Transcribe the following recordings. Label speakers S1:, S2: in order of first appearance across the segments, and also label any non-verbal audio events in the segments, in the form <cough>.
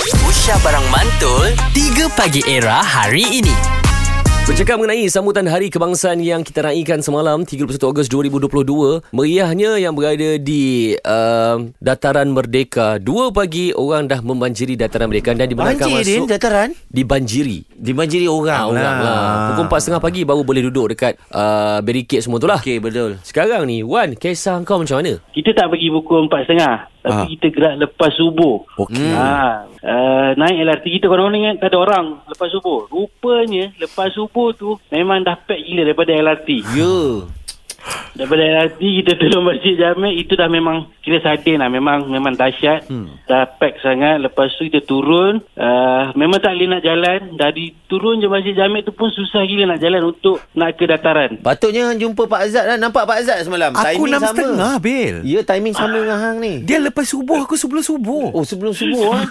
S1: Aisyah Barang Mantul 3 Pagi Era hari ini
S2: Bercakap mengenai sambutan Hari Kebangsaan yang kita raikan semalam 31 Ogos 2022 Meriahnya yang berada di uh, Dataran Merdeka 2 pagi orang dah membanjiri Dataran Merdeka Dan dibenarkan
S3: Banjir Din
S2: masuk
S3: dataran
S2: Dibanjiri
S3: Dibanjiri orang,
S2: ah, Orang lah Pukul 4.30 pagi baru boleh duduk dekat uh, Barricade semua tu lah
S3: Okey betul
S2: Sekarang ni Wan Kisah kau macam mana?
S4: Kita tak pergi pukul empat setengah. Tapi
S3: Ah.
S4: kita gerak lepas subuh.
S3: Okey.
S4: Ha, uh, naik LRT kita korang ingat tak ada orang lepas subuh. Rupanya lepas subuh tu memang dah pack gila daripada LRT.
S3: Ya
S4: Daripada LRT kita turun Masjid Jamek itu dah memang kira sadin lah. Memang memang dahsyat. Hmm. Dah pack sangat. Lepas tu kita turun. Uh, memang tak boleh nak jalan. Dari turun je Masjid Jamek tu pun susah gila nak jalan untuk nak ke dataran.
S3: Patutnya hang jumpa Pak Azad lah Nampak Pak Azad semalam
S5: Aku enam setengah Bil
S3: Ya timing sama dengan hang ni
S5: Dia lepas subuh Aku sebelum subuh
S3: Oh sebelum subuh ah.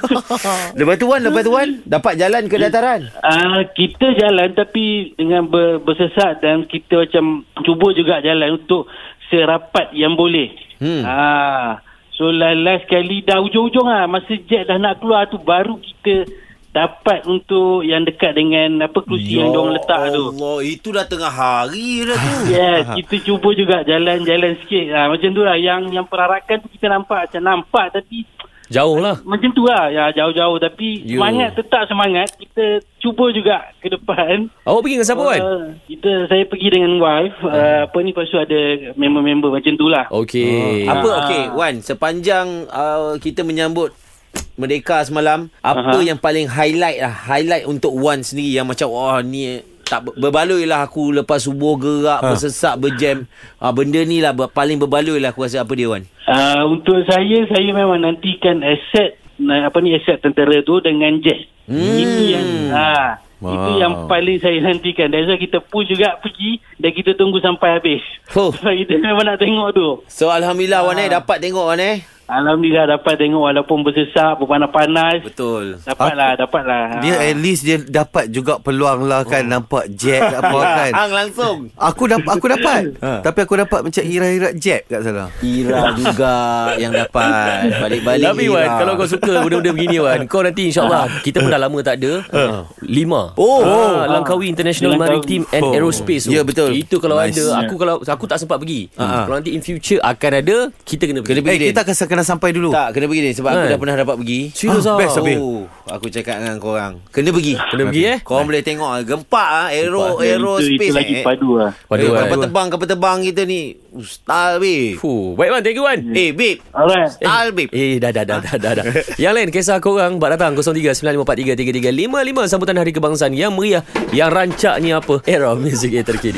S5: <laughs>
S3: lepas tu Wan Lepas tu Wan Dapat jalan ke dataran
S4: Uh, kita jalan tapi dengan ber, bersesat dan kita macam cuba juga jalan untuk serapat yang boleh.
S3: Hmm.
S4: Hmm. Uh, so last, last kali dah ujung-ujung lah masa jet dah nak keluar tu baru kita dapat untuk yang dekat dengan apa kerusi yang diorang letak tu.
S3: Allah Itu dah tengah hari dah tu
S4: Yes, kita cuba juga jalan-jalan sikit. Ha, macam tu lah. Yang, yang perarakan tu kita nampak macam nampak tapi
S2: Jauh lah
S4: macam tu lah. Ya, jauh-jauh tapi
S2: You.
S4: semangat tetap semangat. Kita cuba juga ke depan.
S2: Awak pergi dengan siapa
S3: kan?
S2: Wan?
S3: Ah.
S4: Uh, kita saya pergi dengan wife
S3: Hmm.
S4: uh, apa ni lepas tu ada member-member macam tu lah.
S3: Oh.
S2: Okey
S3: Apa
S4: Ah.
S3: okey Wan Sepanjang uh, kita menyambut Merdeka semalam Apa
S4: Aha.
S3: yang paling highlight lah Highlight untuk Wan sendiri Yang macam Wah ni tak ber- berbaloi lah aku lepas subuh gerak bersesak berjam ah, benda ni lah ber- paling berbaloi lah aku rasa apa dia Wan
S4: Uh, untuk saya saya memang nantikan aset na- apa ni aset tentera tu dengan jet. Hmm. Itu yang ha, wow. itu yang paling saya nantikan. That's why kita pun juga pergi dan kita tunggu sampai habis.
S3: Oh.
S4: Sebab <laughs> kita memang nak tengok tu.
S3: so alhamdulillah Wan eh dapat tengok Wan eh
S4: Alhamdulillah dapat tengok walaupun bersesak, berpanas-panas.
S3: betul
S4: Dapatlah, dapatlah.
S5: Dia
S4: Ha.
S5: at least Dia dapat juga peluang lah kan Nampak jet Apa kan
S3: hang langsung
S5: Aku dapat Aku dapat Tapi aku dapat macam Irat-irat jet kat sana
S3: Ira juga yang dapat balik-balik
S2: Tapi Wan Kalau kau suka benda-benda begini Wan Kau nanti insyaAllah Kita pun dah lama tak ada Lima
S3: Ah. Oh.
S2: Ah, Langkawi International
S4: Langkawi.
S2: Maritime and
S5: Oh.
S2: Aerospace tu.
S3: Ya, betul.
S2: Itu kalau
S3: Nice. Ah,
S2: ada Aku kalau aku tak sempat pergi Kalau nanti in future akan ada Kita kena pergi
S3: Kena pergi.
S5: Eh kita akan kena sampai dulu
S3: tak kena pergi ni sebab aku
S2: Kan?
S3: dah pernah dapat pergi
S2: Serius ah.
S5: Ah, best, Sabil.
S3: Oh, aku cakap dengan korang. Kena pergi.
S2: Kena pergi, eh.
S3: Korang boleh tengok ah gempak ah aero
S4: Ya,
S3: aero
S4: itu,
S3: space
S4: itu lagi
S3: eh.
S4: padu lah.
S2: Padu,
S3: eh,
S2: Wan.
S3: kapal terbang kapal terbang kita ni. Uh, Style babe.
S2: Fuh. Baik Wan Thank you Wan
S3: Eh babe.
S4: Alright.
S3: Style babe.
S2: Eh dah dah dah dah dah,
S3: <laughs>
S2: dah. Yang lain kisah korang Bak datang 03-9543-3355 Sambutan Hari Kebangsaan Yang meriah Yang rancaknya apa Era muzik yang terkini